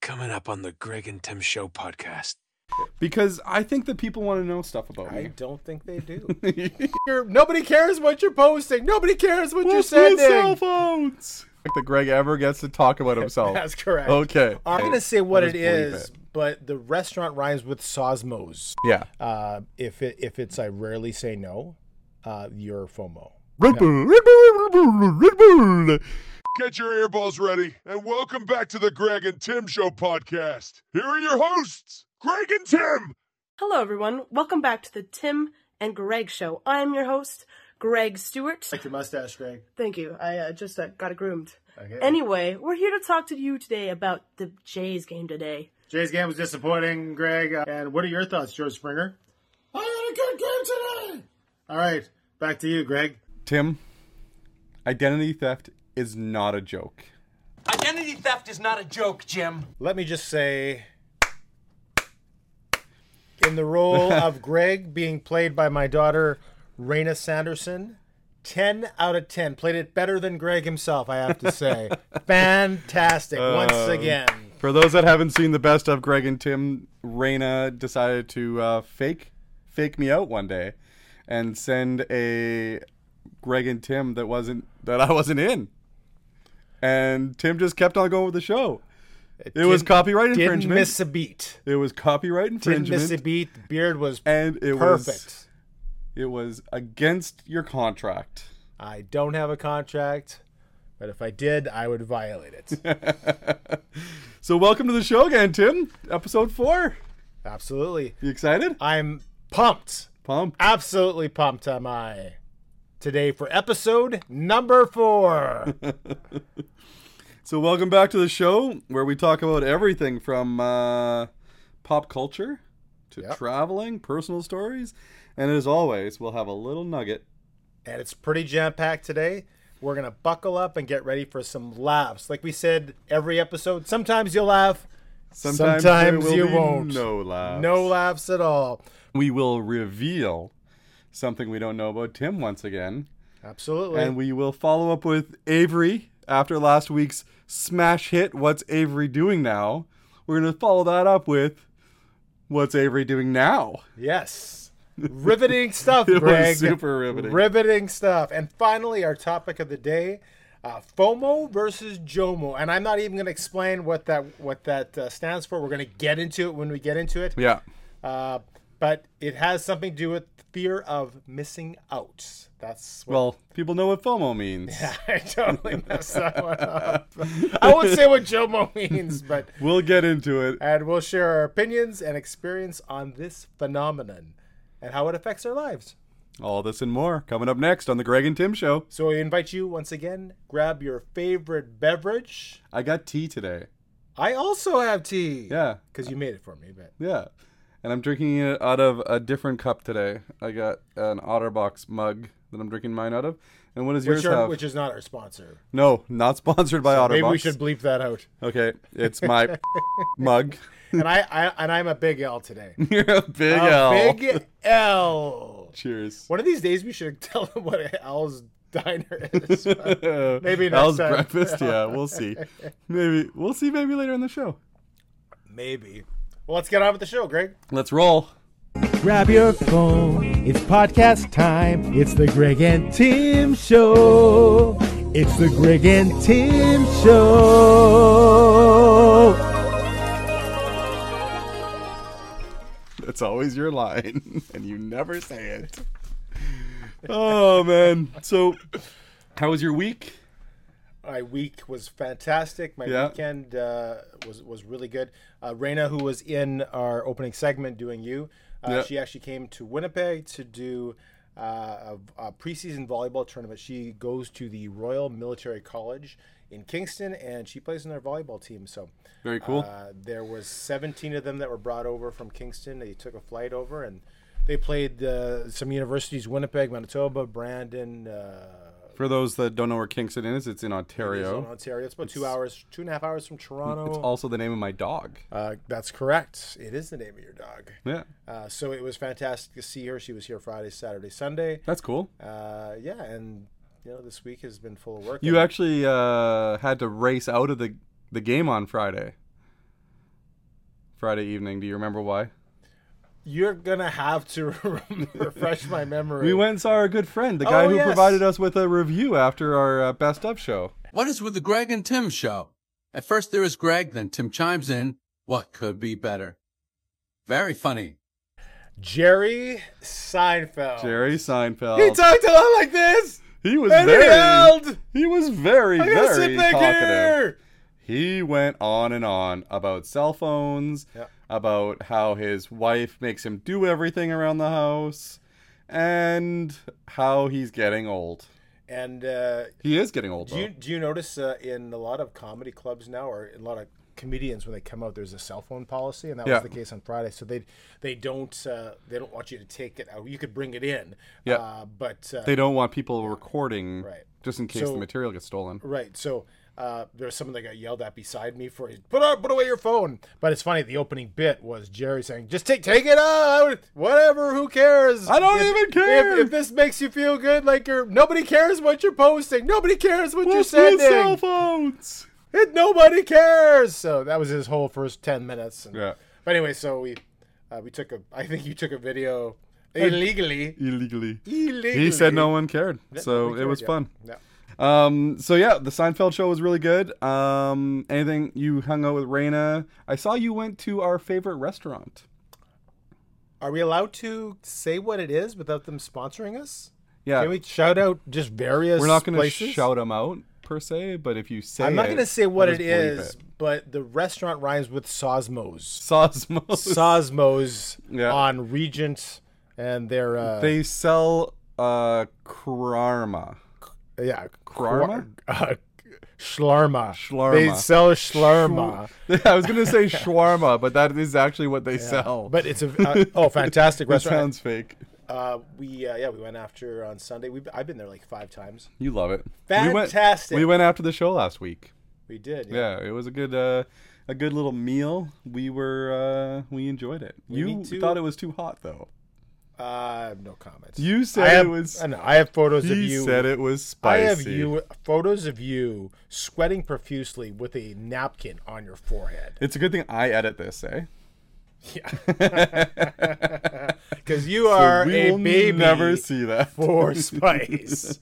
coming up on the Greg and Tim Show podcast. Because I think that people want to know stuff about I me. don't think they do. You're- nobody cares what you're posting. Nobody cares what you're What's with sending. cell phones? Like that Greg ever gets to talk about himself. That's correct. Okay. I'm gonna say what I'll it just believe is, it. but the restaurant rhymes with Sosmos. Yeah. Uh, if it if it's I rarely say no, uh, you're FOMO. Red Bull, Red Bull, Red Bull, Red Bull. Get your earballs ready and welcome back to the Greg and Tim Show podcast. Here are your hosts, Greg and Tim. Hello, everyone. Welcome back to the Tim and Greg Show. I am your host, Greg Stewart. Like your mustache, Greg. Thank you. I uh, just uh, got it groomed. Okay. Anyway, we're here to talk to you today about the Jays game today. Jay's game was disappointing, Greg. Uh, And what are your thoughts, George Springer? I had a good game today. All right, back to you, Greg. Tim, identity theft is not a joke. Identity theft is not a joke, Jim. Let me just say, in the role of Greg being played by my daughter, Raina Sanderson, 10 out of 10. Played it better than Greg himself, I have to say. Fantastic, once Um, again. For those that haven't seen the best of Greg and Tim, Raina decided to uh, fake fake me out one day and send a Greg and Tim that wasn't that I wasn't in. And Tim just kept on going with the show. It was Didn't- copyright Didn't infringement. miss a beat. it was copyright Didn't miss a infringement. beat. The beard was And it was- perfect. It was against your contract. I don't have a contract, but if I did, I would violate it. So welcome to the show again, Tim. Episode four. Absolutely. You excited? I'm pumped. Pumped. Absolutely pumped am I. Today for episode number four. So welcome back to the show where we talk about everything from uh, pop culture to Yep. traveling, personal stories, and as always, we'll have a little nugget. and it's pretty jam packed today. We're going to buckle up and get ready for some laughs. Like we said every episode, sometimes you'll laugh, Sometimes, there Sometimes will you be won't. No laughs. no laughs at all. We will reveal something we don't know about Tim once again, Absolutely. and we will follow up with Avery after last week's smash hit. What's Avery doing now? We're gonna follow that up with what's Avery doing now? yes. Riveting stuff, It was Greg. super riveting. Riveting stuff. And finally, our topic of the day. Uh, FOMO versus JOMO, and I'm not even going to explain what that what that uh, stands for. We're going to get into it when we get into it. Yeah. Uh, but it has something to do with fear of missing out. That's what Well, people know what FOMO means. I totally messed that one up. I won't say what JOMO means, but We'll get into it. and we'll share our opinions and experience on this phenomenon and how it affects our lives. All this and more coming up next on the Greg and Tim Show. So we invite you once again, grab your favorite beverage. I got tea today. I also have tea. Yeah, Because you made it for me, but yeah. And I'm drinking it out of a different cup today. I got an Otterbox mug that I'm drinking mine out of. And what does yours which, are, have? which is not our sponsor. No, not sponsored by Otterbox. Maybe we should bleep that out. Okay, it's my mug. And I, I and I'm a big L today. You're a big a L. big L. Cheers. One of these days we should tell them what a L's diner is. Maybe next Al's time. breakfast. Yeah, we'll see. Maybe we'll see. Maybe later in the show. Maybe. Well, let's get on with the show, Greg. Let's roll. Grab your phone. It's podcast time. It's the Greg and Tim Show. It's the Greg and Tim Show. That's always your line, and you never say it. Oh man! So, how was your week? My week was fantastic. My Yeah. weekend uh, was was really good. Uh, Raina, who was in our opening segment doing you, uh, Yeah. she actually came to Winnipeg to do uh, a, a preseason volleyball tournament. She goes to the Royal Military College in Kingston, and she plays in their volleyball team. So Very cool. Uh, there was 17 of them that were brought over from Kingston. They took a flight over and they played uh, some universities: Winnipeg, Manitoba, Brandon. Uh, For those that don't know where Kingston is, it's in is Ontario. in Ontario. It's about two hours, two and a half hours from Toronto. It's also the name of my dog. uh, that's correct. It is the name of your dog. Yeah, Uh, so it was fantastic to see her. She was here Friday, Saturday, Sunday. that's cool. Uh, yeah, and you know this week has been full of work. You actually uh, had to race out of the the game on Friday. Friday evening. Do you remember why? You're gonna have to refresh my memory. We went and saw our good friend, the guy Oh, who yes. provided us with a review after our uh, best of show. What is with the Greg and Tim show? At first there is Greg, then Tim chimes in. What could be better? Very funny. Jerry Seinfeld. Jerry Seinfeld. Oh. He talked a lot like this. He was And he very. yelled, He was very, I gotta very sit back talkative. here. He went on and on about cell phones, Yeah. about how his wife makes him do everything around the house, and how he's getting old. And uh, He is getting old. do you do you notice uh, in a lot of comedy clubs now, or in a lot of comedians when they come out, there's a cell phone policy, and that Yeah. was the case on Friday. So they they don't uh, they don't want you to take it out. You could bring it in. Yeah. Uh, but uh, they don't want people recording Right. just in case So- the material gets stolen. Right. So uh, there was someone that got yelled at beside me for put up, put away your phone. But it's funny. The opening bit was Jerry saying, "Just take take it out, whatever. Who cares? I don't If- even care." If, if this makes you feel good, like you're nobody cares what you're posting. Nobody cares what you're cell sending. phones? It, nobody cares." So that was his whole first ten minutes. And- Yeah. But anyway, so we uh, we took a. I think you took a video illegally. Illegally. Illegally. He said no one cared, so nobody it was cared, yeah. fun. Yeah. Um, so yeah, the Seinfeld show was really good. Um, anything you hung out with Raina? I saw you went to our favorite restaurant. Are we allowed to say what it is without them sponsoring us? Yeah, Can we shout out just various? are not going to places? shout them out per se, but if you say, I'm not going to say what it is, but the restaurant rhymes with Sosmos. Sosmo. Sosmos Yeah. on Regent, and their uh, they sell uh karma. yeah, Klarma? Klar- uh, Schlarma. Schlarma. They sell Schlarma, I was going to say shawarma, but that is actually what they sell. but it's a uh, oh fantastic it restaurant. sounds fake. uh, we uh, yeah we went after on Sunday. We have I've been there like five times. You love it. Fantastic. We went, we went after the show last week. We did Yeah, it was a good uh, a good little meal. We were uh, we enjoyed it. you need to- thought it was too hot though. Uh, I have no comments. You said I have, it was. I, know, I have photos of He you. said it was I spicy. have you photos of you sweating profusely with a napkin on your forehead It's a good thing I edit this, eh? because you are we a will baby never see that. for spice.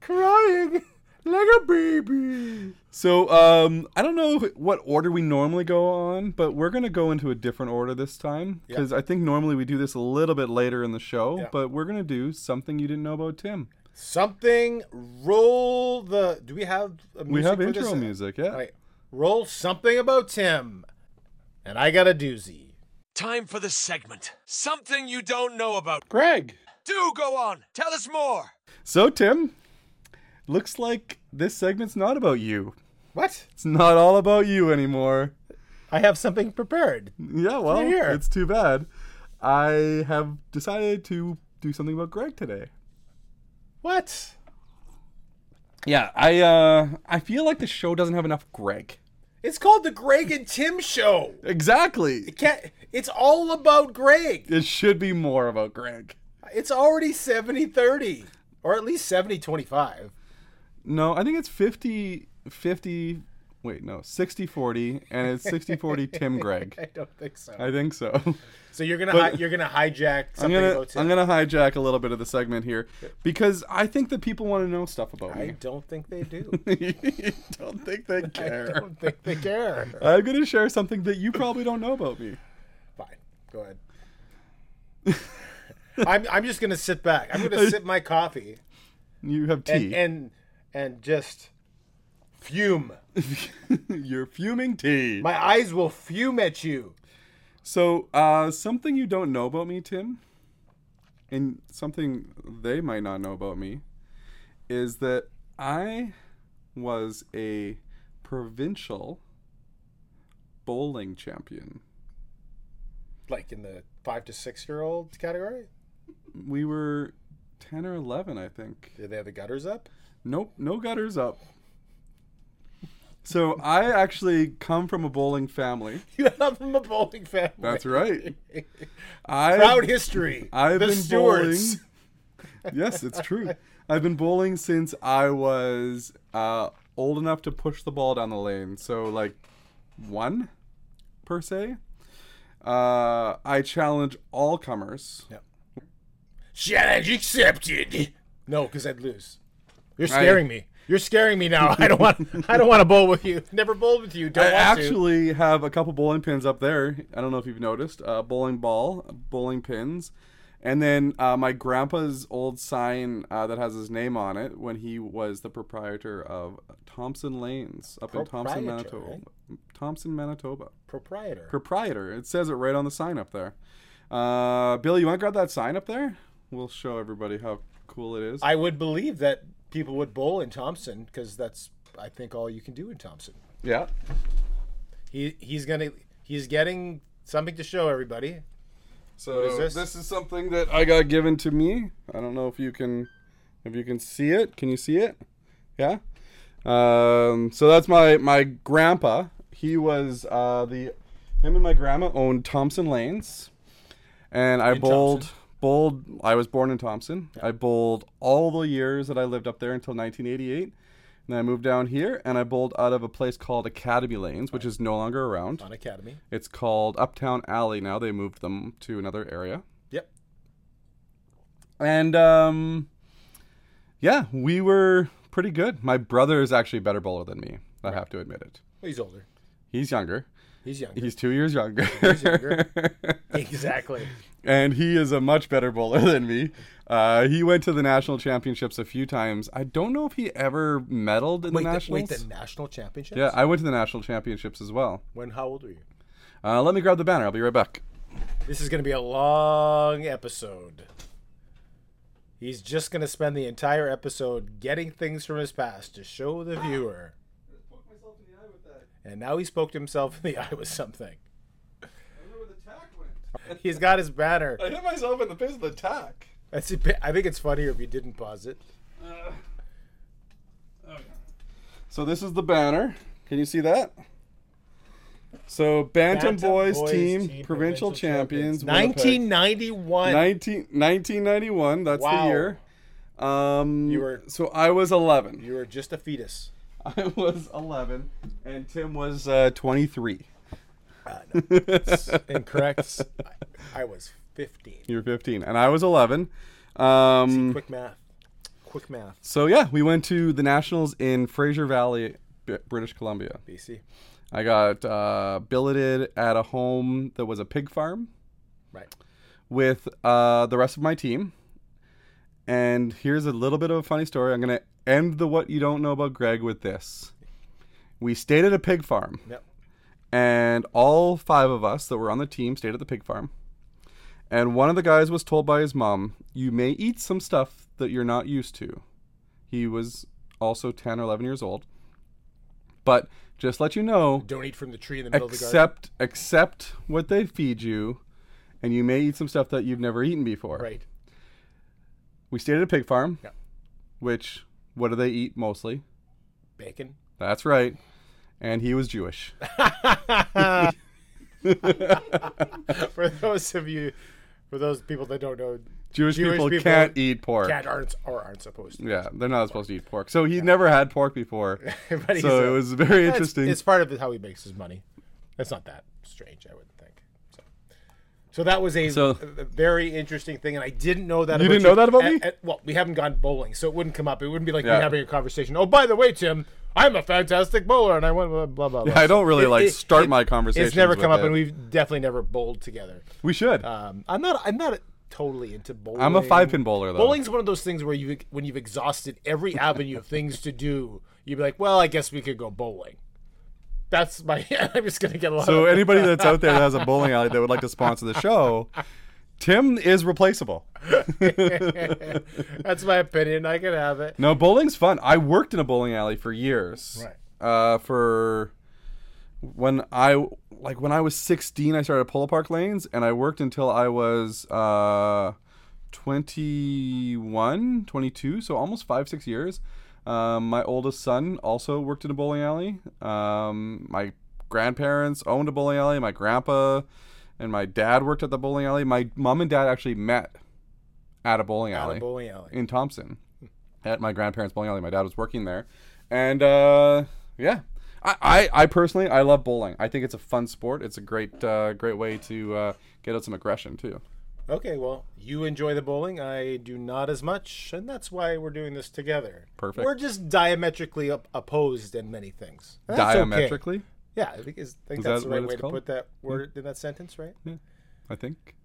Crying like a baby. So um, I don't know what order we normally go on, but we're gonna go into a different order this time because I think normally we do this a little bit later in the show, Yeah. but we're gonna do something you didn't know about Tim. Something. Roll the. Do we have? A music We have for intro this? music, yeah. All right. Roll something about Tim, and I got a doozy. Time for the segment. Something you don't know about. Greg. Do go on. Tell us more. So Tim, looks like this segment's not about you. What? It's not all about you anymore. I have something prepared. Yeah, well, here. it's too bad. I have decided to do something about Greg today. What? Yeah, I uh I feel like the show doesn't have enough Greg. It's called the Greg and Tim Show. Exactly. Can't, it's all about Greg. It should be more about Greg. It's already 70 30, or at least 70 25. No, I think it's 50 50 wait, no, 60 40 and it's 60 40 Tim I Greg. don't think so. I think so. so you're gonna hi- you're gonna I'm hijack something gonna about Tim. I'm gonna hijack a little bit of the segment here because I think that people want to know stuff about I me. don't think they do. don't think they I care. don't think they care. I'm gonna share something that you probably don't know about me. Fine, go ahead. I'm I'm just gonna sit back. I'm gonna sip my coffee You have and tea. and, and just fume. You're fuming tea. My eyes will fume at you. so, uh, something you don't know about me, Tim, and something they might not know about me, is that I was a provincial bowling champion. Like in the five to six year old category. We were ten or eleven, I think. Did they have the gutters up? Nope, no gutters up. So I actually come from a bowling family. You have from a bowling family. That's right. I Proud history. I've the been Stewarts. bowling. Yes, it's true. I've been bowling since I was uh, old enough to push the ball down the lane. So like one per se. Uh, I challenge all comers. Challenge accepted. No, because I'd lose. You're scaring me. You're scaring me now. I don't want. I don't want to bowl with you. Never bowled with you. Don't I want actually have a couple bowling pins up there. I don't know if you've noticed. Uh, bowling ball, bowling pins, and then uh, my grandpa's old sign uh, that has his name on it when he was the proprietor of Thompson Lanes up in Thompson, Proprietor, Manitoba. Thompson, Manitoba. to. Proprietor. Proprietor. It says it right on the sign up there. Uh, Bill, you want to grab that sign up there? We'll show everybody how cool it is. I would believe that people would bowl in Thompson because that's I think all you can do in Thompson. yeah. He he's gonna he's getting something to show everybody. So is this? this? is something that I got given to me. I don't know if you can, if you can see it. Can you see it? Yeah. Um, so that's my my grandpa. He was uh, the him and my grandma owned Thompson Lanes, and I bowled bowled. I was born in Thompson. I bowled all the years that I lived up there until 1988. And then I moved down here, and I bowled out of a place called Academy Lanes, which is no longer around. On Academy. It's called Uptown Alley now. They moved them to another area. Yep. And um yeah, we were pretty good. My brother is actually a better bowler than me. I have to admit it. Well, he's older. He's younger. He's younger. He's 2 years younger. exactly. and he is a much better bowler than me. Uh, he went to the national championships a few times. I don't know if he ever medaled in Wait, the the, wait, nationals. the national championships. yeah, I went to the national championships as well. When? How old were you? Uh, let me grab the banner. I'll be right back. This is going to be a long episode. He's just going to spend the entire episode getting things from his past to show the viewer. And now he spoke himself in the eye with something. He's got his banner. I hit myself in the face of the tack. That's a bit- I think it's funnier if you didn't pause it. So this is the banner. Can you see that? So Bantam, Bantam Boys, Boys team, Team provincial Provincial champions, Winnipeg. 1991. 19, 1991, that's Wow. the year. Um, You were- so I was 11. You were just a fetus. I was 11, and Tim was uh, 23. Incorrect. I, I was 15. You were 15, and I was 11. Um, Quick math. Quick math. so yeah, we went to the nationals in Fraser Valley, B- British Columbia. BC. I got uh, billeted at a home that was a pig farm. Right. with uh, the rest of my team. And here's a little bit of a funny story. I'm going to end the what you don't know about Greg with this. We stayed at a pig farm, Yep. and all five of us that were on the team stayed at the pig farm. And one of the guys was told by his mom, You may eat some stuff that you're not used to. He was also 10 or 11 years old. But just let you know, Don't eat from the tree in the middle of the garden. accept accept what they feed you and you may eat some stuff that you've never eaten before Right. we stayed at a pig farm Yeah. which what do they eat mostly Bacon. that's right and he was jewish For those of you, for those people that don't know, jewish, Jewish people, people can't eat pork cat aren't or aren't supposed to. yeah they're not supposed to eat pork so he never had pork before But he's so a- it was very uh, That's- interesting It's part of how he makes his money. That's not that strange, I wouldn't think. So, so that was a, So- a very interesting thing, and I didn't know that. You about didn't know that about A- me? a- well, we haven't gone bowling, so it wouldn't come up. It wouldn't be like Yeah. me having a conversation. Oh, by the way, Tim, I'm a fantastic bowler, and I went blah blah blah. blah. I don't really, like, start my It's never conversations come with up, it. and we've definitely never bowled together. we should Um, I'm not. I'm not totally into bowling. i'm a five pin bowler though Bowling's one of those things where you when you've exhausted every avenue of things to do, you'd be like, well, I guess we could go bowling. That's my. I'm just gonna get a lot. so of, anybody that's out there that has a bowling alley that would like to sponsor the show tim is replaceable that's my opinion. I can have it. No, bowling's fun. I worked in a bowling alley for years. Right. Uh, for when I like when I was 16, I started pull apart lanes, and I worked until I was uh, 21, 22, so almost five, six years. Um, my oldest son also worked in a bowling alley. Um, my grandparents owned a bowling alley. My grandpa and my dad worked at the bowling alley. My mom and dad actually met at a bowling alley At a bowling alley. in Thompson at my grandparents' bowling alley. My dad was working there, and uh, yeah, I, I, I personally, I love bowling. I think it's a fun sport. It's a great, uh, great way to uh, get out some aggression too. Okay, well, you enjoy the bowling. I do not as much, and that's why we're doing this together. Perfect. We're just diametrically op- opposed in many things. And that's okay. Diametrically, Yeah, I think, is, I think Is that's that the what right way it's to called? Hmm? put that word in that sentence, right? I think.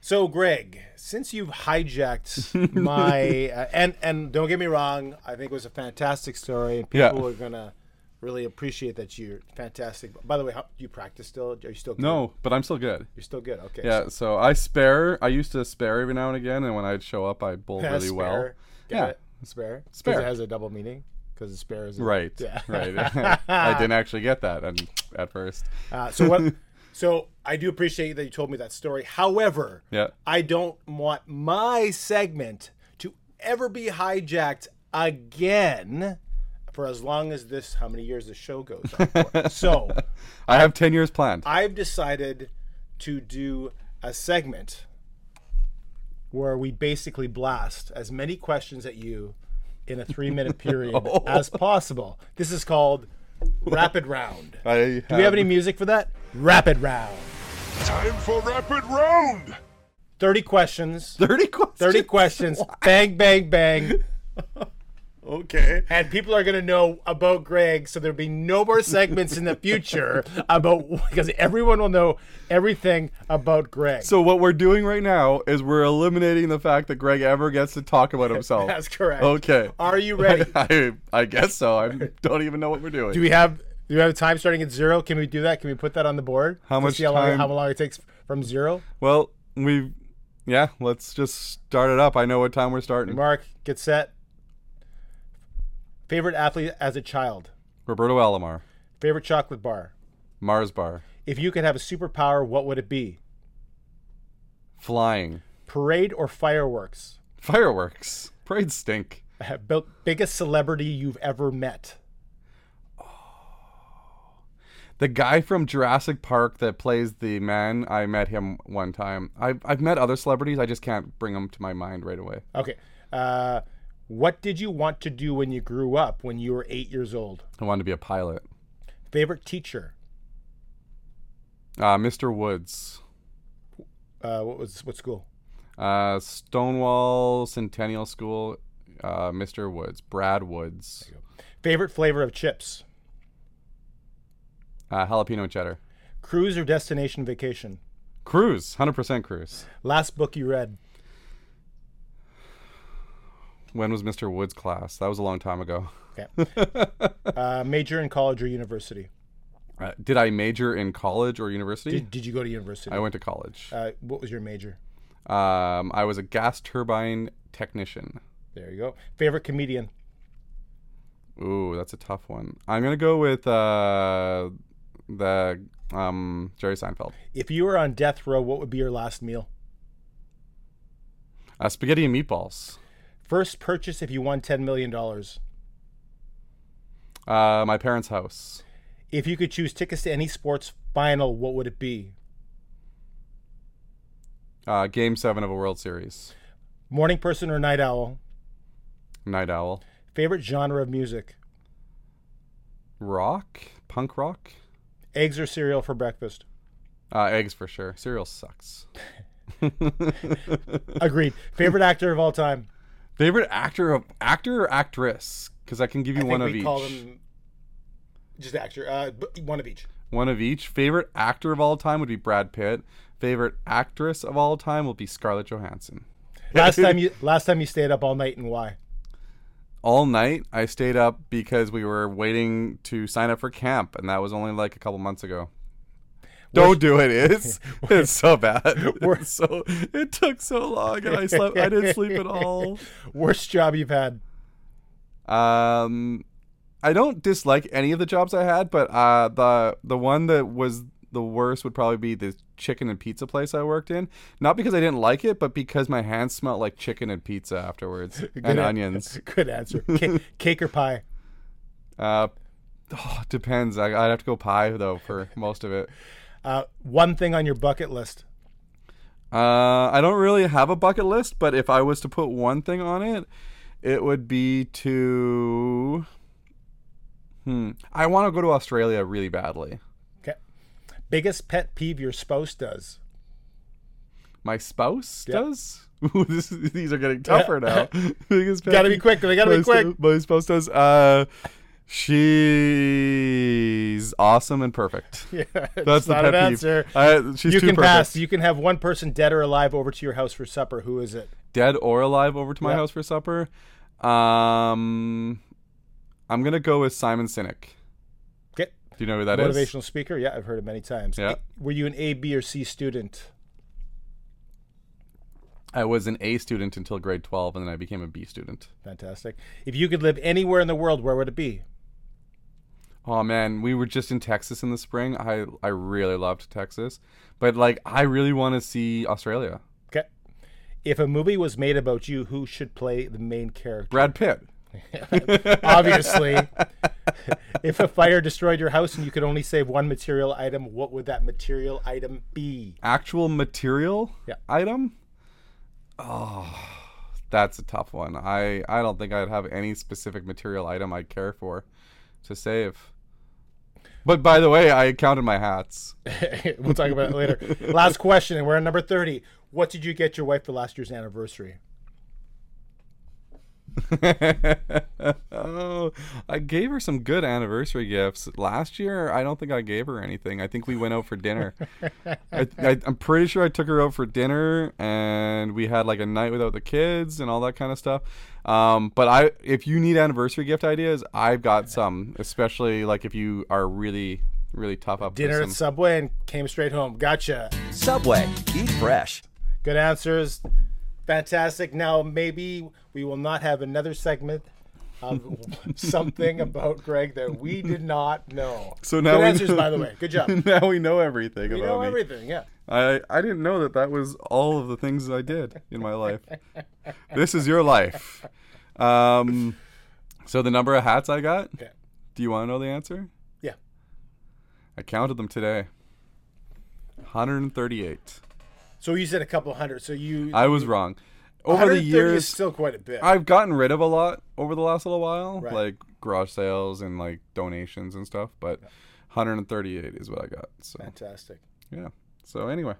So, Greg, since you've hijacked my uh, and and don't get me wrong, I think it was a fantastic story, and Yeah. people are gonna really appreciate that you're fantastic. By the way, how, do you practice still? Are you still good? No, but I'm still good. You're still good. Okay. Yeah, so I spare. I used to spare every now and again, and when I'd show up, I'd bowl Yeah, really well. spare. Get Yeah, it? spare. 'Cause Spare. It has a double meaning because spare is a- right, Yeah. right. I didn't actually get that, and at first, Uh, so what? so I do appreciate that you told me that story. However, Yeah. I don't want my segment to ever be hijacked again for as long as this. How many years the show goes on? For. so I have ten years planned. I've decided to do a segment where we basically blast as many questions at you in a three-minute period as possible. This is called rapid round. I have, Do we have any music for that? Rapid round. Time for rapid round. 30 questions. thirty questions? 30 questions. Bang, bang, bang. Okay. And people are going to know about Greg, so there'll be no more segments in the future about because everyone will know everything about Greg. So what we're doing right now is we're eliminating the fact that Greg ever gets to talk about himself. that's correct. Okay. Are you ready? I, I guess so. I don't even know what we're doing. Do we have do we have time starting at zero? Can we do that? Can we put that on the board? How To much see how long, time- how long it takes from zero? well, we, yeah. Let's just start it up. I know what time we're starting. Mark, get set. Favorite athlete as a child. Roberto Alomar, Favorite chocolate bar. Mars Bar, If you could have a superpower, what would it be? flying. Parade or fireworks? Fireworks. Parades stink. Bi- biggest celebrity you've ever met. The guy from Jurassic Park that plays the man, I met him one time. I've, I've met other celebrities, I just can't bring them to my mind right away. Okay. Uh, what did you want to do when you grew up, when you were eight years old? I wanted to be a pilot. Favorite teacher? Uh, Mr. Woods, Uh, what was what school? uh, Stonewall Centennial School, uh, Mr. Woods, Brad Woods, Favorite flavor of chips? uh, jalapeno cheddar. Cruise or destination vacation? Cruise, 100% cruise. Last book you read? When was Mr. Woods' class? That was a long time ago. Okay. uh, major in college or university? Uh, did I major in college or university? Did, did you go to university? I went to college. uh, what was your major? Um, I was a gas turbine technician. There you go. Favorite comedian? Ooh, that's a tough one. I'm gonna go with uh, the um, Jerry Seinfeld. If you were on death row, what would be your last meal? Uh, spaghetti and meatballs. First purchase if you won $10 million? Uh, my parents' house. If you could choose tickets to any sports final, what would it be? Uh, game seven of a World Series. Morning person or night owl? Night Owl. Favorite genre of music? Rock. Punk rock. Eggs or cereal for breakfast? Uh, eggs for sure. Cereal sucks. Agreed. Favorite actor of all time? Favorite actor of actor or actress? Because I can give you one of each. just actor. Uh, b- one of each. One of each. Favorite actor of all time would be Brad Pitt. Favorite actress of all time will be Scarlett Johansson. Last time you last time you stayed up all night and why? all night. I stayed up because we were waiting to sign up for camp, and that was only like a couple months ago. Don't do it. It's it's so bad. It's so it took so long, and I slept. I didn't sleep at all. Worst job you've had? Um, I don't dislike any of the jobs I had, but uh, the the one that was the worst would probably be the chicken and pizza place I worked in. Not because I didn't like it, but because my hands smelled like chicken and pizza afterwards and an- onions. Good answer. Ca- cake or pie? Uh, oh, it depends. I, I'd have to go pie though for most of it. Uh, one thing on your bucket list? Uh, I don't really have a bucket list, but if I was to put one thing on it, it would be to hmm, I want to go to Australia really badly. Okay. Biggest pet peeve your spouse does. My spouse does. Ooh, this, is- these are getting tougher now. Biggest pet Gotta be peeve. quick, they gotta be My sp- quick. My spouse does. Uh, she's awesome and perfect. Yeah, that's the not pet an peeve. answer. I, she's you too can perfect. pass. You can have one person dead or alive over to your house for supper. Who is it? dead or alive over to my Yeah. house for supper. Um, I'm gonna go with Simon Sinek. Okay. Do you know who that is? Motivational speaker. Yeah, I've heard it many times. Yeah. Were you an A, B, or C student? I was an A student until grade 12, and then I became a B student. Fantastic. If you could live anywhere in the world, where would it be? Oh man, we were just in Texas in the spring. I I really loved Texas, but like I really want to see Australia. Okay. If a movie was made about you, who should play the main character? Brad Pitt. Obviously. if a fire destroyed your house and you could only save one material item, what would that material item be? Actual material Yeah. item? Oh, that's a tough one. I I don't think I'd have any specific material item I'd care for to save. But by the way, I counted my hats. we'll talk about it later. Last question, and we're at number 30. What did you get your wife for last year's anniversary? oh, I gave her some good anniversary gifts last year. I don't think I gave her anything. I think we went out for dinner. I, I, I'm pretty sure I took her out for dinner, and we had like a night without the kids and all that kind of stuff. Um, but I, if you need anniversary gift ideas, I've got some, especially like if you are really, really tough up. for Dinner at some- Subway and came straight home. Gotcha. Subway, eat fresh. Good answers. Fantastic. Now, maybe we will not have another segment of something about Greg that we did not know. So now Good we answers, know- by the way. Good job. You now we know everything about know me. everything, yeah. I I didn't know that that was all of the things I did in my life. this is your life. Um, so the number of hats I got. Okay. Do you want to know the answer? Yeah. I counted them today. 138. So you said a couple hundred. So you I was wrong. Over the 130 years, is still quite a bit. I've gotten rid of a lot over the last little while, Right. like garage sales and like donations and stuff. But 138 is what I got. So Fantastic. yeah. So anyway,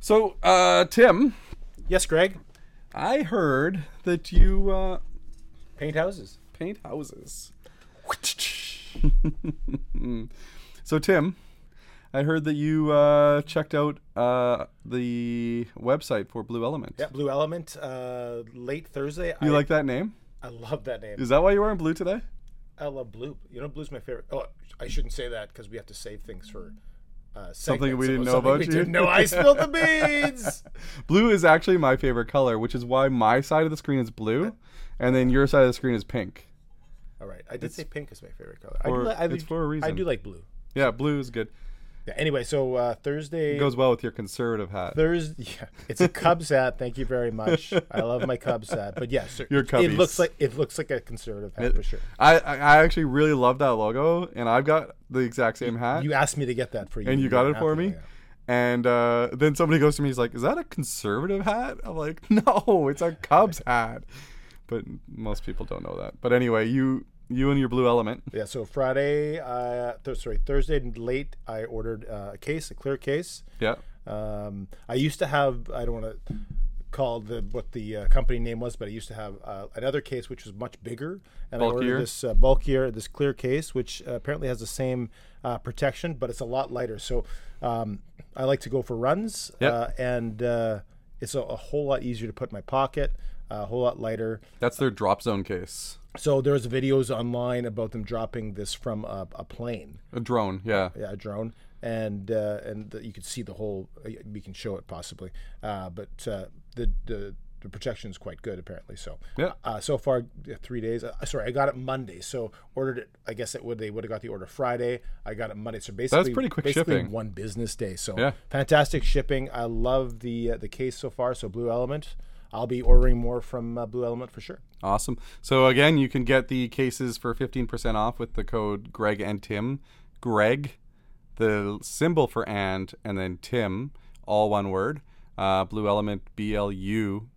so uh, Tim. Yes, Greg. I heard that you uh, Paint houses. paint houses. so, Tim, I heard that you uh, checked out uh, the website for Blue Element. Yeah, Blue Element. Uh, late Thursday. You I, like that name? I love that name. Is that why you're wearing blue today? I love blue. You know, blue's my favorite. Oh, I shouldn't say that because we have to save things for uh, segments. we didn't know Something about we you? Didn't know I spilled the beans. Blue is actually my favorite color, which is why my side of the screen is blue, and then your side of the screen is pink. All right, I did say pink is my favorite color. I do for- li- I it's do- for a I reason. do like blue. Yeah, blue is good. Yeah, anyway, so uh, Thursday. It goes well with your conservative hat. Thursday. Yeah, it's a Cubs hat. Thank you very much. I love my Cubs hat. But yes, sir, Your It looks Cubbies. like it looks like a conservative hat for sure. I, I I actually really love that logo, and I've got the exact same hat. You asked me to get that for you. and you got don't it for have to, me. yeah. And uh, then somebody goes to me, he's like, "Is that a conservative hat?" I'm like, "No, it's a Cubs hat." But most people don't know that. But anyway, you you and your blue element. Yeah, so Friday, uh, th- sorry, Thursday late, I ordered uh, a case, a clear case. Yeah. Um, I used to have, I don't want to call the what the uh, company name was, but I used to have uh, another case which was much bigger, and I Bulkier? ordered this uh, bulkier, this clear case, which uh, apparently has the same uh, protection, but it's a lot lighter. So um, I like to go for runs, Yep. uh, and uh, it's a, a whole lot easier to put in my pocket, a whole lot lighter. That's their drop zone case. So there's videos online about them dropping this from a, a plane A drone, yeah. yeah, a drone, and uh, and the, you can see the whole. uh, We can show it possibly, uh, but uh, the the the protection is quite good apparently. So Yeah. uh, so far yeah, three days. Uh, sorry, I got it Monday, so ordered it. I guess it would they would have got the order Friday. I got it Monday, so basically pretty quick basically shipping. One business day, so Yeah. fantastic shipping. I love the uh, the case so far. So Blue Element. I'll be ordering more from uh, Blue Element for sure. Awesome. So again, you can get the cases for 15% off with the code Greg and Tim. Greg, the symbol for and, and then Tim, all one word. Uh, Blue Element, B L U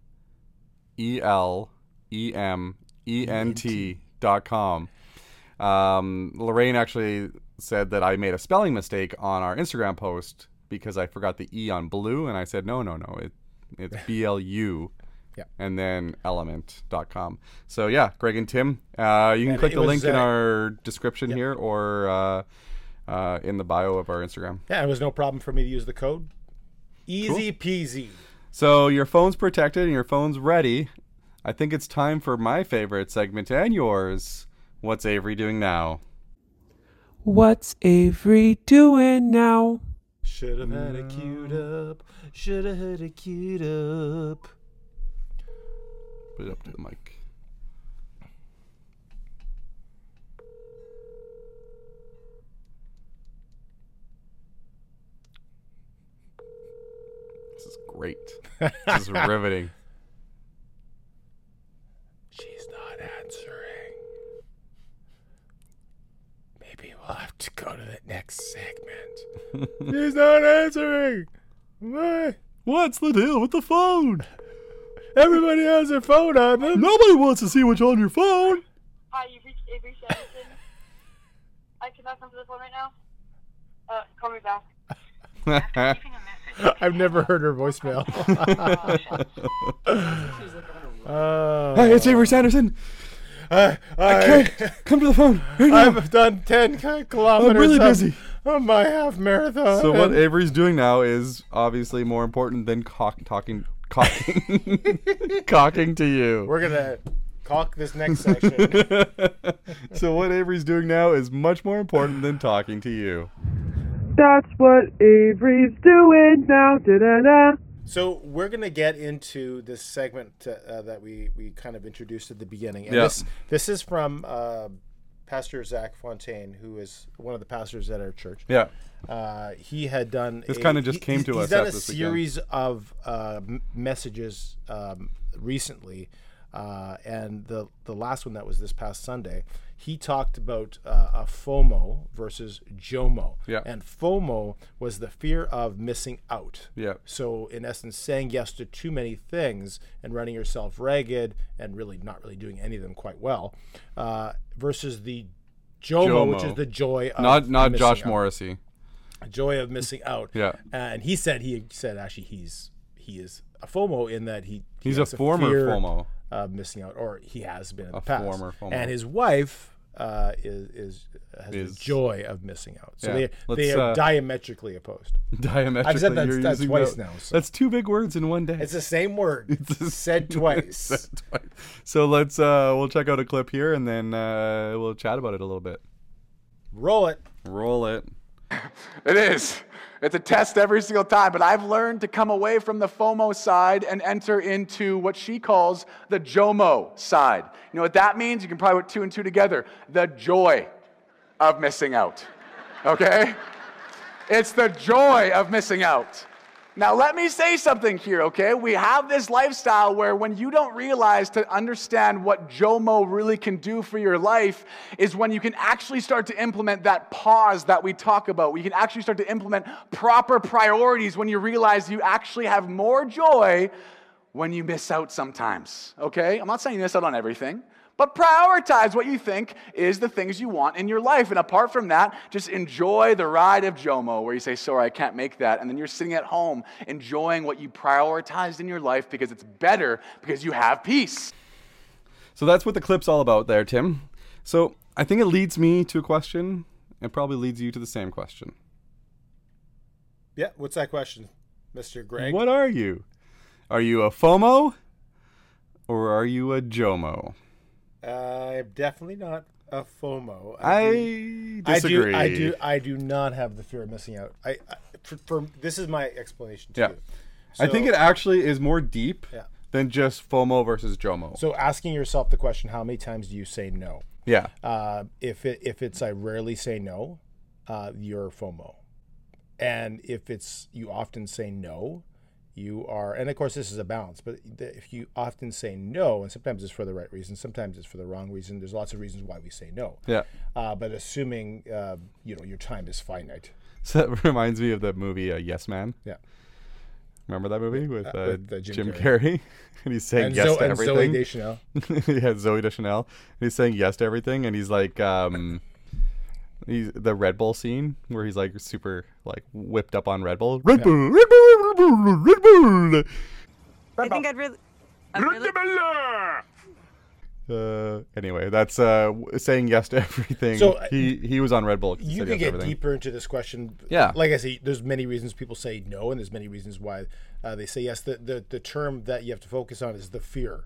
E E L E M E N T dot com. Um, Lorraine actually said that I made a spelling mistake on our Instagram post because I forgot the E on blue, and I said, no, no, no, it, it's B L U. Yeah. And then element.com. So, yeah, Greg and Tim, uh, you can click it the was, link in uh, our description here or uh, uh, in the bio of our Instagram. Yeah, it was no problem for me to use the code. Easy peasy. So your phone's protected and your phone's ready. I think it's time for my favorite segment and yours. What's Avery doing now? What's Avery doing now? Should have had it queued up. Should have had it queued up. Put it up to the mic. This is great. This is riveting. She's not answering. Maybe we'll have to go to the next segment. She's not answering. Why? What's the deal with the phone? Everybody has their phone on them. Nobody wants to see what's on your phone. Hi, you've reached Avery Stevenson. I cannot come to the phone right now. Uh, call me back. I've never heard her voicemail. uh, Hi, it's Avery Sanderson. I, I can't come to the phone. Right now. I've done 10 ki- kilometers. really of- busy. Of my half marathon. So what and Avery's doing now is obviously more important than cock- talking, cocking, cocking to you. We're going to caulk this next section. so what Avery's doing now is much more important than talking to you. That's what Avery's doing now. Da-da-da. so we're going to get into this segment uh, uh, that we, we kind of introduced at the beginning. And Yeah. this, this is from uh, Pastor Zach Fontaine, who is one of the pastors at our church. Yeah. uh, he had done. This a- kinda just he- came to he's us done at a this weekend. series of uh, m- messages um, recently, uh, and the the last one that was this past Sunday. He talked about uh, a FOMO versus JOMO, Yeah. and FOMO was the fear of missing out. Yeah. So in essence, saying yes to too many things and running yourself ragged and really not really doing any of them quite well, uh, versus the JOMO, which JOMO. is the joy of Not not missing Josh out Morrissey. joy of missing out. Yeah. And he said he said actually he's he is a FOMO in that he, he He's a has former fear FOMO. of missing out, or he has been in the A past. former FOMO. And his wife uh, is is has Is- the joy of missing out. So Yeah. they they Let's, are uh, diametrically opposed. Diametrically, I've said that- you're that's using twice that- now, so- That's two big words in one day. It's the same word the said Said twice. twice. So let's uh, we'll check out a clip here and then uh, we'll chat about it a little bit. Roll it. Roll it. It is. It's a test every single time, but I've learned to come away from the FOMO side and enter into what she calls the JOMO side. You know what that means? You can probably put two and two together. The joy of missing out. Okay? It's the joy of missing out. Now, let me say something here, okay? We have this lifestyle where when you don't realize to understand what JOMO really can do for your life, is when you can actually start to implement that pause that we talk about. We can actually start to implement proper priorities when you realize you actually have more joy when you miss out sometimes, okay? I'm not saying you miss out on everything, but prioritize what you think is the things you want in your life. And apart from that, just enjoy the ride of Jomo, where you say, Sorry, I can't make that. And then you're sitting at home enjoying what you prioritized in your life because it's better because you have peace. So that's what the clip's all about there, Tim. So I think it leads me to a question and probably leads you to the same question. Yeah, what's that question, Mr. Greg? What are you? Are you a FOMO or are you a JOMO? I'm definitely not a FOMO. do- I I disagree. do, I do, I do not have the fear of missing out. I, I for, for this is my explanation to Yeah. you. I think it actually is more deep Yeah. than just FOMO versus JOMO. So asking yourself the question, how many times do you say no? yeah. Uh, if it, if it's I rarely say no, uh, you're FOMO, and if it's you often say no, you are. And of course, this is a balance. But the, if you often say no, and sometimes it's for the right reason, sometimes it's for the wrong reason. There's lots of reasons why we say no. Yeah. Uh, but assuming uh, you know your time is finite. So that reminds me of the movie uh, Yes Man. Yeah. Remember that movie with, uh, Uh, with, uh, Jim, Jim Carrey? and he's saying And yes Zo- to and Zoe everything. Deschanel. yeah, Zoe Deschanel. And he's saying yes to everything, and he's like, um, he's the Red Bull scene where he's like super like whipped up on Red Bull. Red Yeah. Bull, Red Bull, Red Bull, Red Bull. I think I'd really. I'd really... Uh, anyway, that's uh w- saying yes to everything. So, uh, he he was on Red Bull. 'cause he You said could yes to get everything. deeper into this question. Yeah. Like I say, there's many reasons people say no, and there's many reasons why uh, they say yes. The, the the term that you have to focus on is the fear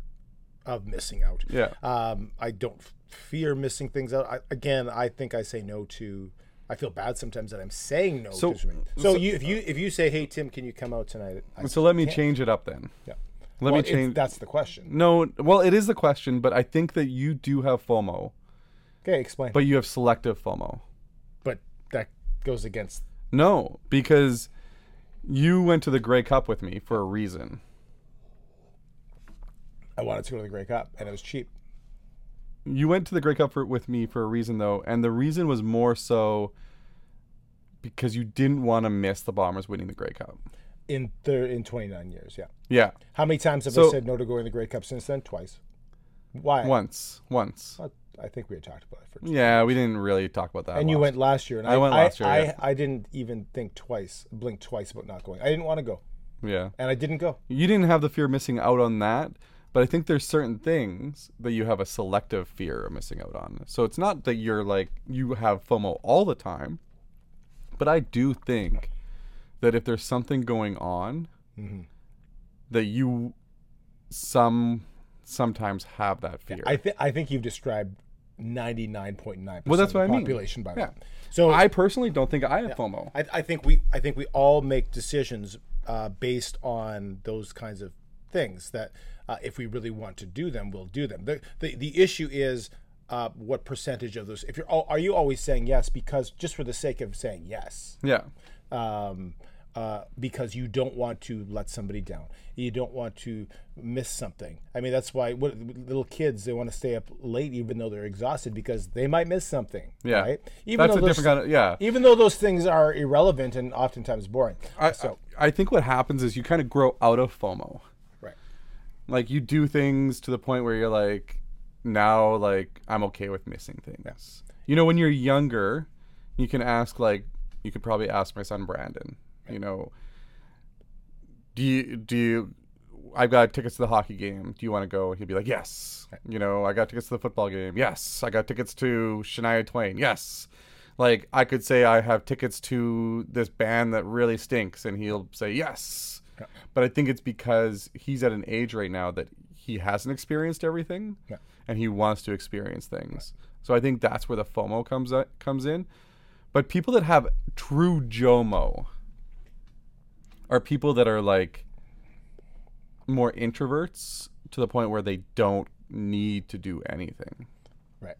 of missing out. Yeah. Um, I don't f- fear missing things out. I, again, I think I say no to. I feel bad sometimes that I'm saying no So- to something. So, so- you, if you if you say, "Hey Tim, can you come out tonight?" I so let me can't. change it up then. Yeah. Let Well, me it's- change. that's the question. No, well, it is the question, but I think that you do have FOMO, Okay, explain. but you have selective FOMO. but that goes against. No, because you went to the Grey Cup with me for a reason. I wanted to go to the Grey Cup, and it was cheap. You went to the Grey Cup for, with me for a reason, though, and the reason was more so because you didn't want to miss the Bombers winning the Grey Cup. in thir- in 29 years. Yeah. Yeah. How many times have I So- said no to going to the Great Cup since then? Twice. Why? Once, once. Well, I think we had talked about it for. Yeah, we didn't really talk about that. and you went last year, and I, I went last year. I, yeah. I, didn't even think twice, blink twice about not going. I didn't want to go, yeah. and I didn't go. you didn't have the fear of missing out on that but i think there's certain things that you have a selective fear of missing out on so it's not that you're like you have fomo all the time but i do think that if there's something going on Mhm. that you some sometimes have that fear I think I think you've described 99.9. well that's what i mean Population by yeah. that. So i personally don't think i have fomo I, I think we I think we all make decisions uh, based on those kinds of things that uh, if we really want to do them, we'll do them. The the, the issue is uh, what percentage of those. If you're al- are you always saying yes because just for the sake of saying yes, yeah um, uh, because you don't want to let somebody down, you don't want to miss something. I mean that's why what, little kids they want to stay up late even though they're exhausted because they might miss something. Yeah. right? That's a those- different kind of- yeah. even though those things are irrelevant and oftentimes boring. I, I think what happens is you kind of grow out of FOMO. Right. Like you do things to the point where you're like, now like I'm okay with missing things. You know, when you're younger, you can ask like you could probably ask my son Brandon. You know, do you do you I've got tickets to the hockey game. Do you want to go? And he'd be like, yes. You know, I got tickets to the football game. Yes. I got tickets to Shania Twain. Yes. Like I could say I have tickets to this band that really stinks, and he'll say yes. But I think it's because he's at an age right now that he hasn't experienced everything, Yeah. and he wants to experience things. So I think that's where the FOMO comes up, comes in. But people that have true JOMO are people that are like more introverts to the point where they don't need to do anything. Right.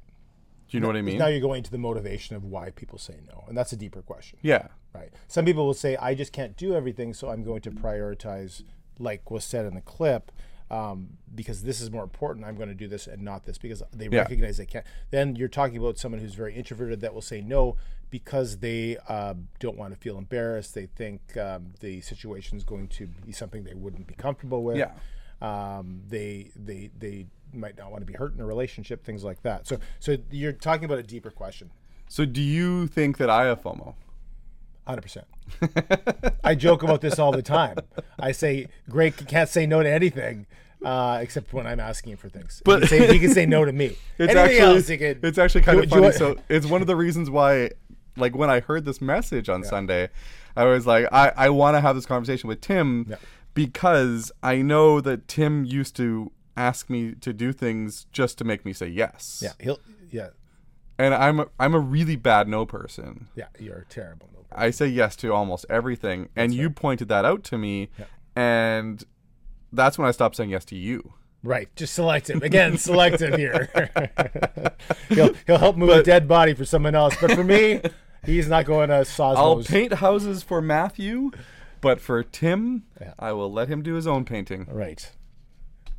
Do you know what I mean? Now you're going to the motivation of why people say no, and that's a deeper question. Yeah. Right. Some people will say, "I just can't do everything, so I'm going to prioritize," like was said in the clip, um, because this is more important. I'm going to do this and not this because they Yeah. recognize they can't. Then you're talking about someone who's very introverted that will say no because they uh, don't want to feel embarrassed. They think um, the situation is going to be something they wouldn't be comfortable with. Yeah. Um, they they they might not want to be hurt in a relationship, things like that. So so you're talking about a deeper question. So do you think that I have FOMO? Hundred percent. I joke about this all the time. I say Greg can't say no to anything, uh, except when I'm asking him for things. But he can say, he can say no to me. It's Anything actually, else, he can, it's actually kind Do- of do you funny. want- So it's one of the reasons why, like when I heard this message on Sunday, I was like, I, I want to have this conversation with Tim because I know that Tim used to ask me to do things just to make me say yes. yeah, he'll yeah And I'm a, I'm a really bad no person. yeah you're terrible. I say yes to almost everything, and you pointed that out to me, and that's when I stopped saying yes to you. Right, just selective again. Selective here. he'll he'll help move a dead body for someone else, but for me, he's not going to saw's I'll nose. paint houses for Matthew, but for Tim, I will let him do his own painting. Right.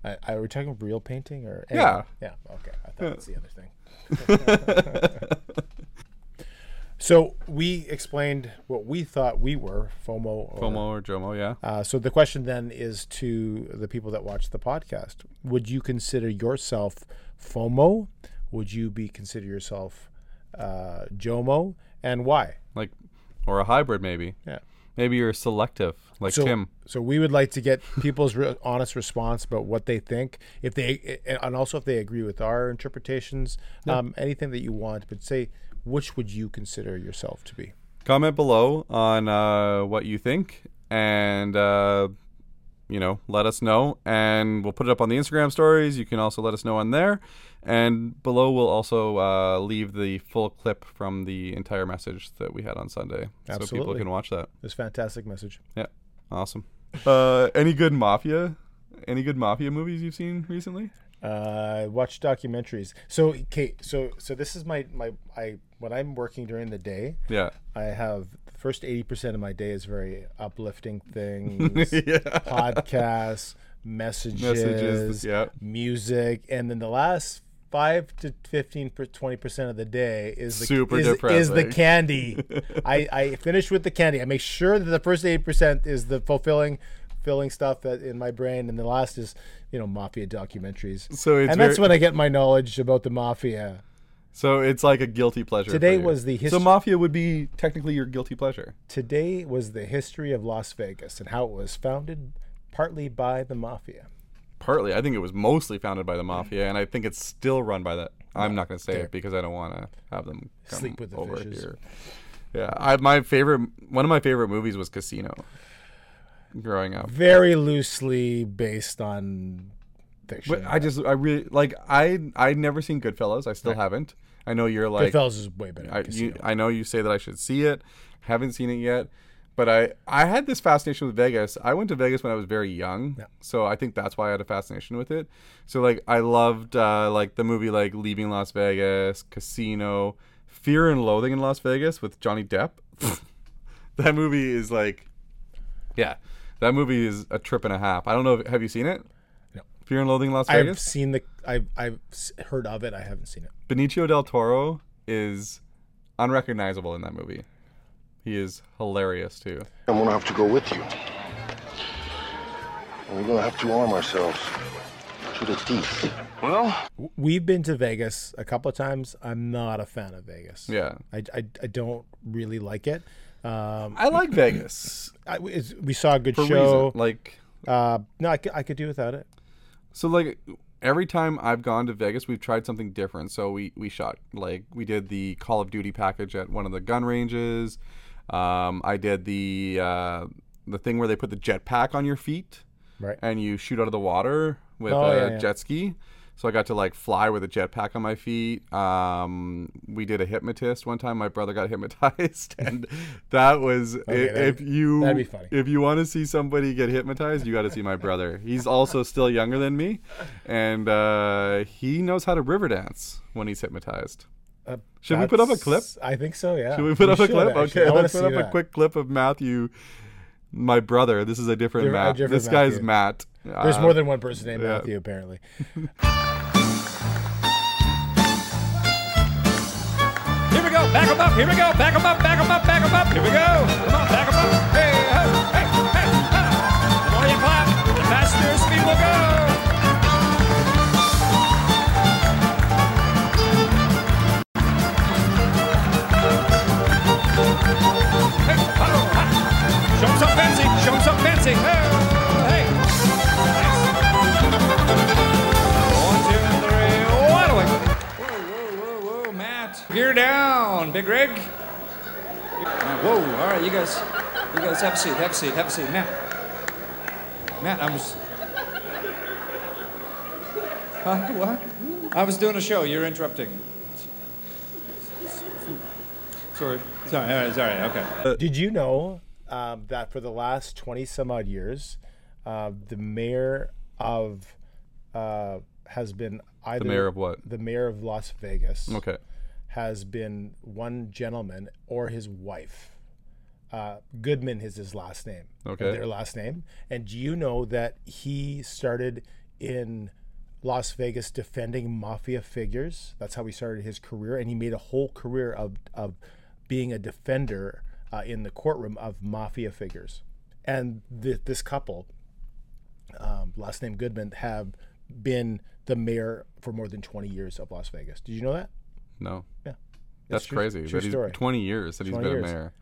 I, I, are we talking real painting or Yeah. yeah okay I thought that's the other thing. So we explained what we thought we were FOMO or FOMO or JOMO, yeah. Uh, so the question then is to the people that watch the podcast: Would you consider yourself FOMO? Would you be consider yourself uh, JOMO, and why? Like, or a hybrid maybe. Yeah. Maybe you're selective, like so, Tim. So we would like to get people's re- honest response about what they think, if they, and also if they agree with our interpretations. Yeah. Um, anything that you want, but say which would you consider yourself to be? Comment below on uh, what you think, and uh, you know, let us know, and we'll put it up on the Instagram stories. You can also let us know on there, and below we'll also uh, leave the full clip from the entire message that we had on Sunday, so people Absolutely. can watch that. This fantastic message. Yeah, awesome. Uh, any good mafia? Any good mafia movies you've seen recently? Uh, watch documentaries. So, Kate, so so this is my my I when I'm working during the day. Yeah. I have the first eighty percent of my day is very uplifting things, Yeah. podcasts, messages, Messages, yeah. music, and then the last. Five to fifteen per twenty percent of the day is the Super is, is the depressing. candy. I, I finish with the candy. I make sure that the first eighty percent is the fulfilling, filling stuff that in my brain, and the last is you know mafia documentaries So it's and that's very- when I get my knowledge about the mafia. So it's like a guilty pleasure. Today for you. was the So history- mafia would be technically your guilty pleasure. Today was the history of Las Vegas and how it was founded partly by the mafia. Partly, I think it was mostly founded by the mafia, and I think it's still run by that. I'm not going to say it because I don't want to have them come Sleep with the over fishes. here. Yeah, I, my favorite, one of my favorite movies was Casino. Growing up, Very loosely based on fiction. But I just, I really like. I I'd never seen Goodfellas. I still Right. haven't. I know you're like Goodfellas is way better than I, you, I know you say that I should see it. Haven't seen it yet. But I I had this fascination with Vegas. I went to Vegas when I was very young, so I think that's why I had a fascination with it. So like I loved uh, like the movie like Leaving Las Vegas, Casino, Fear and Loathing in Las Vegas with Johnny Depp. that movie is like, yeah, that movie is a trip and a half. I don't know. If, have you seen it? No. Fear and Loathing in Las Vegas. I've seen the I've I've s- heard of it. I haven't seen it. Benicio del Toro is unrecognizable in that movie. He is hilarious too. I'm gonna have to go with you. And we're gonna have to arm ourselves to the teeth. Well, W- We've been to Vegas a couple of times. I'm not a fan of Vegas. Yeah. I I, I don't really like it. Um, I like Vegas. I, it's- we saw a good For show. reason, like- uh, no, I, c- I could do without it. So like every time I've gone to Vegas, we've tried something different. So we we shot like we did the Call of Duty package at one of the gun ranges. Um, I did the uh, the thing where they put the jetpack on your feet, Right. And you shoot out of the water with Oh, a yeah, yeah. jet ski. So I got to like fly with a jetpack on my feet. Um, we did a hypnotist one time. My brother got hypnotized, and that was Okay, if, that'd if be- you that'd be funny. if you want to see somebody get hypnotized, you got to see my brother. He's also still younger than me, and uh, he knows how to river dance when he's hypnotized. Uh, Should we put up a clip? that's- I think so, yeah. Should we put We up a should, clip? actually. I Okay, wanna let's put see up a that. quick clip of Matthew, my brother. This is a different Different- a Matt. different this guy's Matthew. Matt. There's more than one person named Uh, yeah. Matthew, apparently. Here we go. Back 'em up. Here we go. Back 'em up. Back 'em up. Back 'em up. Here we go. Come on. Back 'em up. Hey, ho, hey, hey. ha. The more you clap, the faster your speed will go. Hey, ho, ha. Show 'em some fancy, show 'em some fancy. Hey, hey. Nice. One, two, three, one away. Whoa, Matt. Gear down, Big Rig. Uh, Whoa, all right, you guys, you guys have a seat, have a seat, have a seat. Matt, Matt, I was, huh, what? I was doing a show, you're interrupting. Sorry, sorry, all right, it's all right, okay. Did you know um, that for the last 20 some odd years, uh, the mayor of uh, has been either mayor of what? Oh, The mayor of Las Vegas. Okay. Has been one gentleman or his wife. Uh, Goodman is his last name. Okay. Their last name. And do you know that he started in Las Vegas defending mafia figures? That's how he started his career. And he made a whole career of, of being a defender uh, in the courtroom of mafia figures. And th- this couple, um, last name Goodman, have been the mayor for more than 20 years of Las Vegas. Did you know that? No. Yeah. That's It's true- crazy. true that he's story. 20 years that he's 20 been years. a mayor.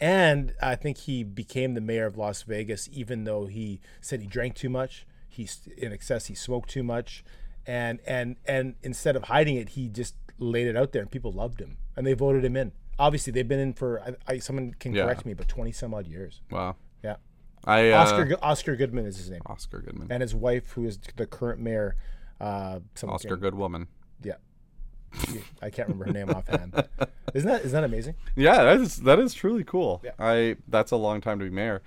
And I think he became the mayor of Las Vegas, even though he said he drank too much, he's in excess, he smoked too much, and and and instead of hiding it, he just laid it out there, and people loved him, and they voted him in. Obviously, they've been in for I, I, someone can Yeah. correct me, but twenty some odd years. Wow. Yeah. I, uh, Oscar Go- Oscar Goodman is his name. Oscar Goodman. And his wife, who is the current mayor. Uh, some Oscar Goodwoman. Yeah. I can't remember her name offhand. Isn't that isn't that amazing? Yeah, that is that is truly cool. Yeah. I that's a long time to be mayor.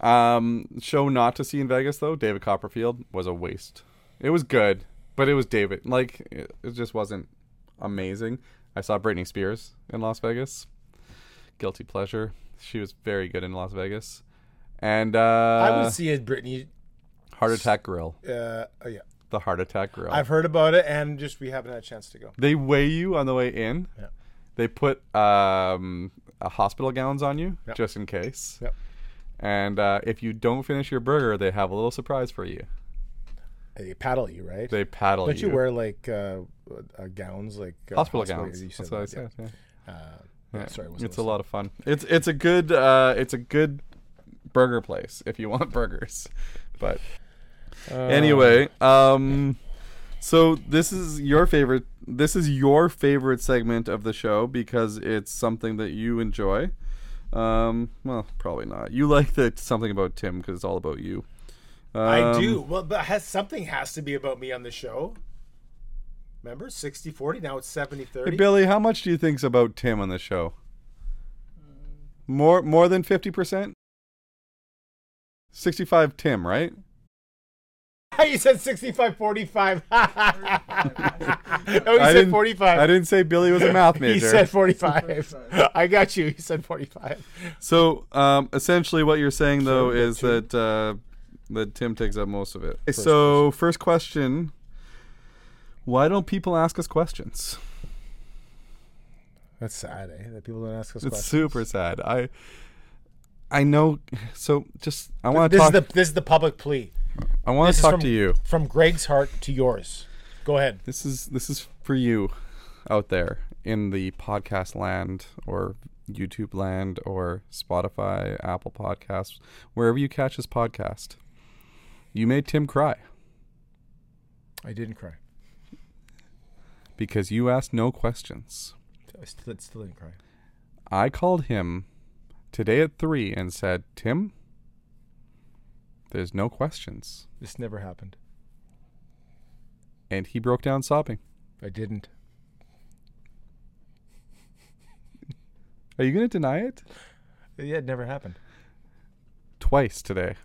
Um, show not to see in Vegas though. David Copperfield was a waste. It was good, but it was David. Like it, it just wasn't amazing. I saw Britney Spears in Las Vegas. Guilty pleasure. She was very good in Las Vegas, and uh, I would see it, Brittany. Heart Attack Grill. Uh, oh, yeah. The Heart Attack Grill. I've heard about it, and just we haven't had a chance to go. They weigh you on the way in. Yeah. They put um, uh, hospital gowns on you Yep. just in case. Yep. And uh, if you don't finish your burger, they have a little surprise for you. They paddle you, right? They paddle Don't you, you. wear like uh, uh, gowns, like uh, Hospital gowns. you That's said what I that, yeah. said, Uh, yeah, sorry, I wasn't it's a lot of fun. It's it's a good uh, it's a good burger place if you want burgers. But Uh, anyway, um, so this is your favorite. This is your favorite segment of the show because it's something that you enjoy. Um, well, probably not. You like the something about Tim because it's all about you. I do. Um, Well, but has something has to be about me on the show. Remember, 60-40, Now it's 70-30. Hey, Billy, how much do you think's about Tim on the show? Mm. More more than fifty percent. Sixty-five, Tim, right? you said 65-45. no, he I said didn't- forty-five. I didn't say Billy was a math he major. said forty-five. I got you. He said forty-five. So um, essentially, what you're saying though is that uh, that Tim takes up most of it. First so first question: Why don't people ask us questions? That's sad, eh? That people don't ask us It's questions. super sad. I I know. So just I want to this talk. Is the, this is the public plea. I want This to is talk from- to you. From Greg's heart to yours. Go ahead. This is this is for you out there in the podcast land or YouTube land or Spotify, Apple Podcasts, wherever you catch this podcast. You made Tim cry I didn't cry. because you asked no questions. I still, still didn't cry. I called him today at 3 and said, "Tim, there's no questions." This never happened. And he broke down sobbing. I didn't. Are you going to deny it? Yeah, it never happened. twice today.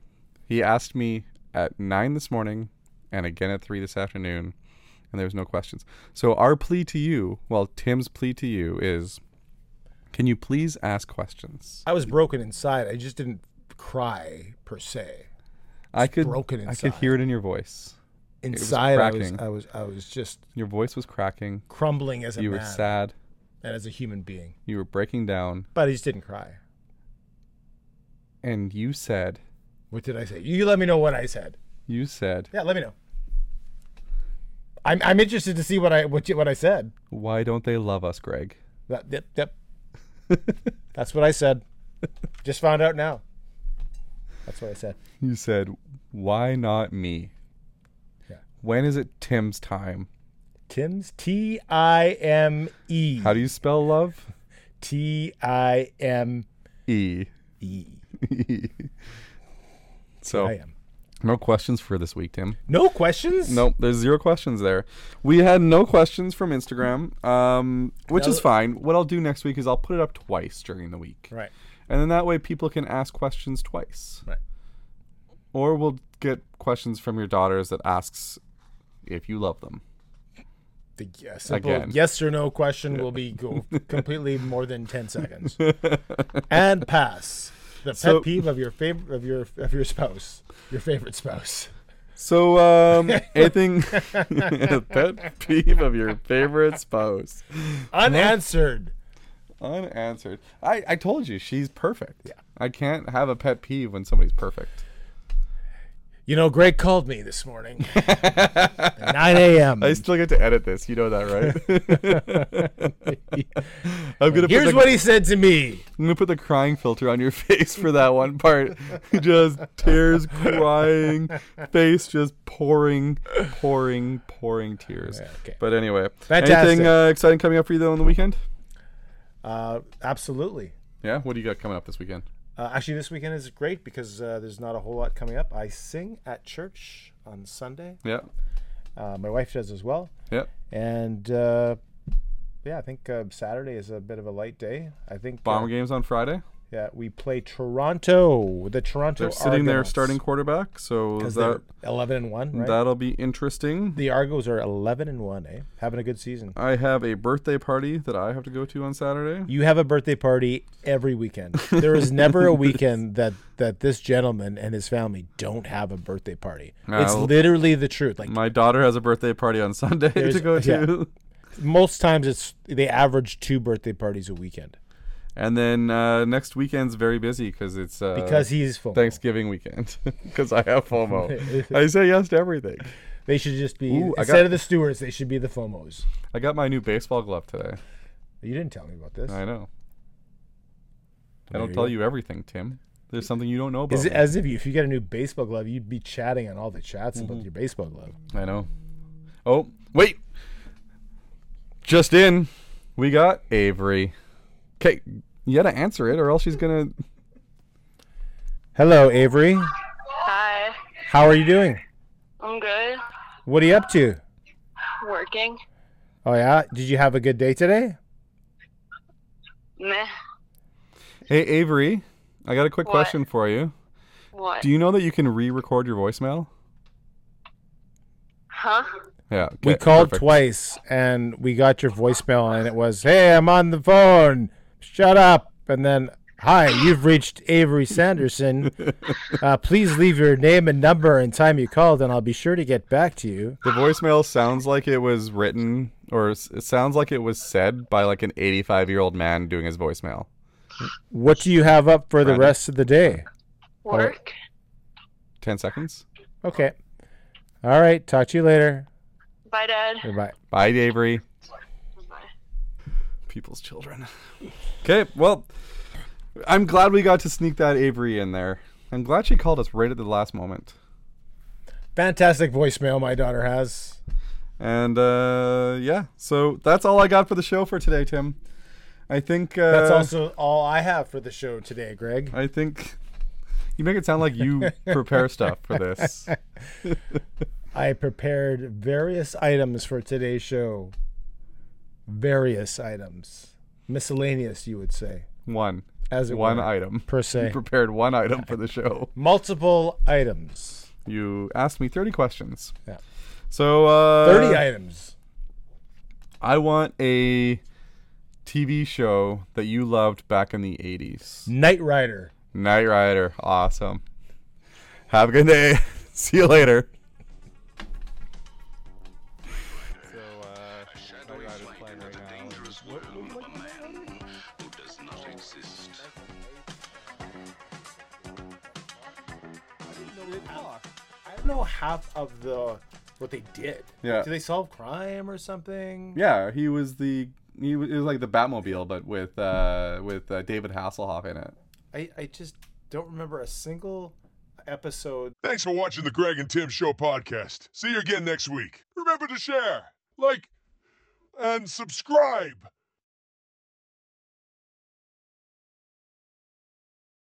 He asked me at nine this morning and again at three this afternoon, and there was no questions. So our plea to you, well, Tim's plea to you is, can you please ask questions? I was broken inside. I just didn't cry per se. I could broken I could inside. hear it in your voice. It was Inside, I was, cracking. I was, I was just your voice was cracking. crumbling as a you were man sad. and as a human being. You were breaking down, But I just didn't cry. and you said, What did I say? You let me know what I said. you said, Yeah, let me know. I'm, I'm interested to see what I what you, what I said. why don't they love us, Greg? That, yep, yep. That's what I said. Just found out now. That's what I said. You said, why not me? Yeah. When is it Tim's time? Tim's T I M E. How do you spell love? T I M E. E. so, I am. no questions for this week, Tim. No questions? Nope, there's zero questions there. We had no questions from Instagram, um, which is No. fine. What I'll do next week is I'll put it up twice during the week. Right. And then that way people can ask questions twice. Right. Or we'll get questions from your daughters that asks if you love them. The uh, simple Again. yes or no question will be go completely more than 10 seconds. and pass. The pet So- peeve of your favorite of your of your spouse, your favorite spouse. So, um, anything pet peeve of your favorite spouse? Unanswered. Unanswered. I, I told you she's perfect. Yeah. I can't have a pet peeve when somebody's perfect. You know, Greg called me this morning. 9 a.m. I still get to edit this. You know that, right? I'm gonna put Here's the- what he said to me. I'm gonna put the crying filter on your face for that one part. just tears, crying, face just pouring, pouring, pouring tears. But anyway, Fantastic. anything uh, exciting coming up for you though on the weekend? Uh, absolutely. Yeah, what do you got coming up this weekend? Uh, actually, this weekend is great because uh, there's not a whole lot coming up. I sing at church on Sunday. Yeah, Uh, my wife does as well. yeah. And uh, yeah, I think uh, Saturday is a bit of a light day. I think. Bomber uh, games on Friday. Yeah, we play Toronto. The Toronto. They're sitting there Argonauts. starting quarterback, so 'Cause that they're 11 and 1, right? that'll be interesting. The Argos are 11 and 1, eh? Having a good season. I have a birthday party that I have to go to on Saturday. You have a birthday party every weekend. There is never a weekend that that this gentleman and his family don't have a birthday party. it's I'll- literally the truth. Like My daughter has a birthday party on Sunday there's- to go to. yeah. Most times it's they average two birthday parties a weekend. And then uh, next weekend's very busy because it's uh, Because he's FOMO. Thanksgiving weekend. Because I have FOMO. I say yes to everything. They should just be Ooh, I instead got- of the stewards, they should be the FOMOs. I got my new baseball glove today. You didn't tell me about this. I know. I There don't you tell go. you everything, Tim. There's something you don't know about. Is it me. as if you, if you get a new baseball glove, you'd be chatting on all the chats about Mm-hmm. your baseball glove. I know. Oh, wait. Just in, we got Avery. Okay, you gotta answer it, or else she's gonna. Hello, Avery. Hi. How are you doing? I'm good. What are you up to? Working. Oh yeah, did you have a good day today? Meh. Hey, Avery, I got a quick What? question for you. What? Do you know that you can re-record your voicemail? Huh? Oh. Yeah. we okay, called perfect. twice and we got your voicemail and it was, "Hey, I'm on the phone. Shut up." And then, "Hi, you've reached Avery Sanderson. Uh, please leave your name and number and time you called, and I'll be sure to get back to you." The voicemail sounds like it was written, or s- it sounds like it was said by like an 85 year old man doing his voicemail. What do you have up for the rest of the day? Work. 10 seconds. Okay. All right. Talk to you later. Bye, Dad. Goodbye. Bye, Avery. People's children. Okay, well, I'm glad we got to sneak that Avery in there. I'm glad she called us right at the last moment. Fantastic voicemail my daughter has. And uh, yeah, so that's all I got for the show for today, Tim. I think uh, That's also all I have for the show today, Greg. I think you make it sound like you prepare stuff for this. I prepared various items for today's show. Various items. Miscellaneous, you would say. One. As it one were, item per se. You prepared one item for the show. Multiple items. You asked me thirty questions. Yeah. So uh, 30 items. I want a TV show that you loved back in the eighties. Knight Rider. Knight Rider. Awesome. Have a good day. See you later. I don't know half of the what they did. Yeah. Do they solve crime or something? Yeah, he was the he was, it was like the Batmobile, but with uh, with uh, David Hasselhoff in it. I, I just don't remember a single episode. Thanks for watching the Greg and Tim Show podcast. See you again next week. Remember to share, like, and subscribe.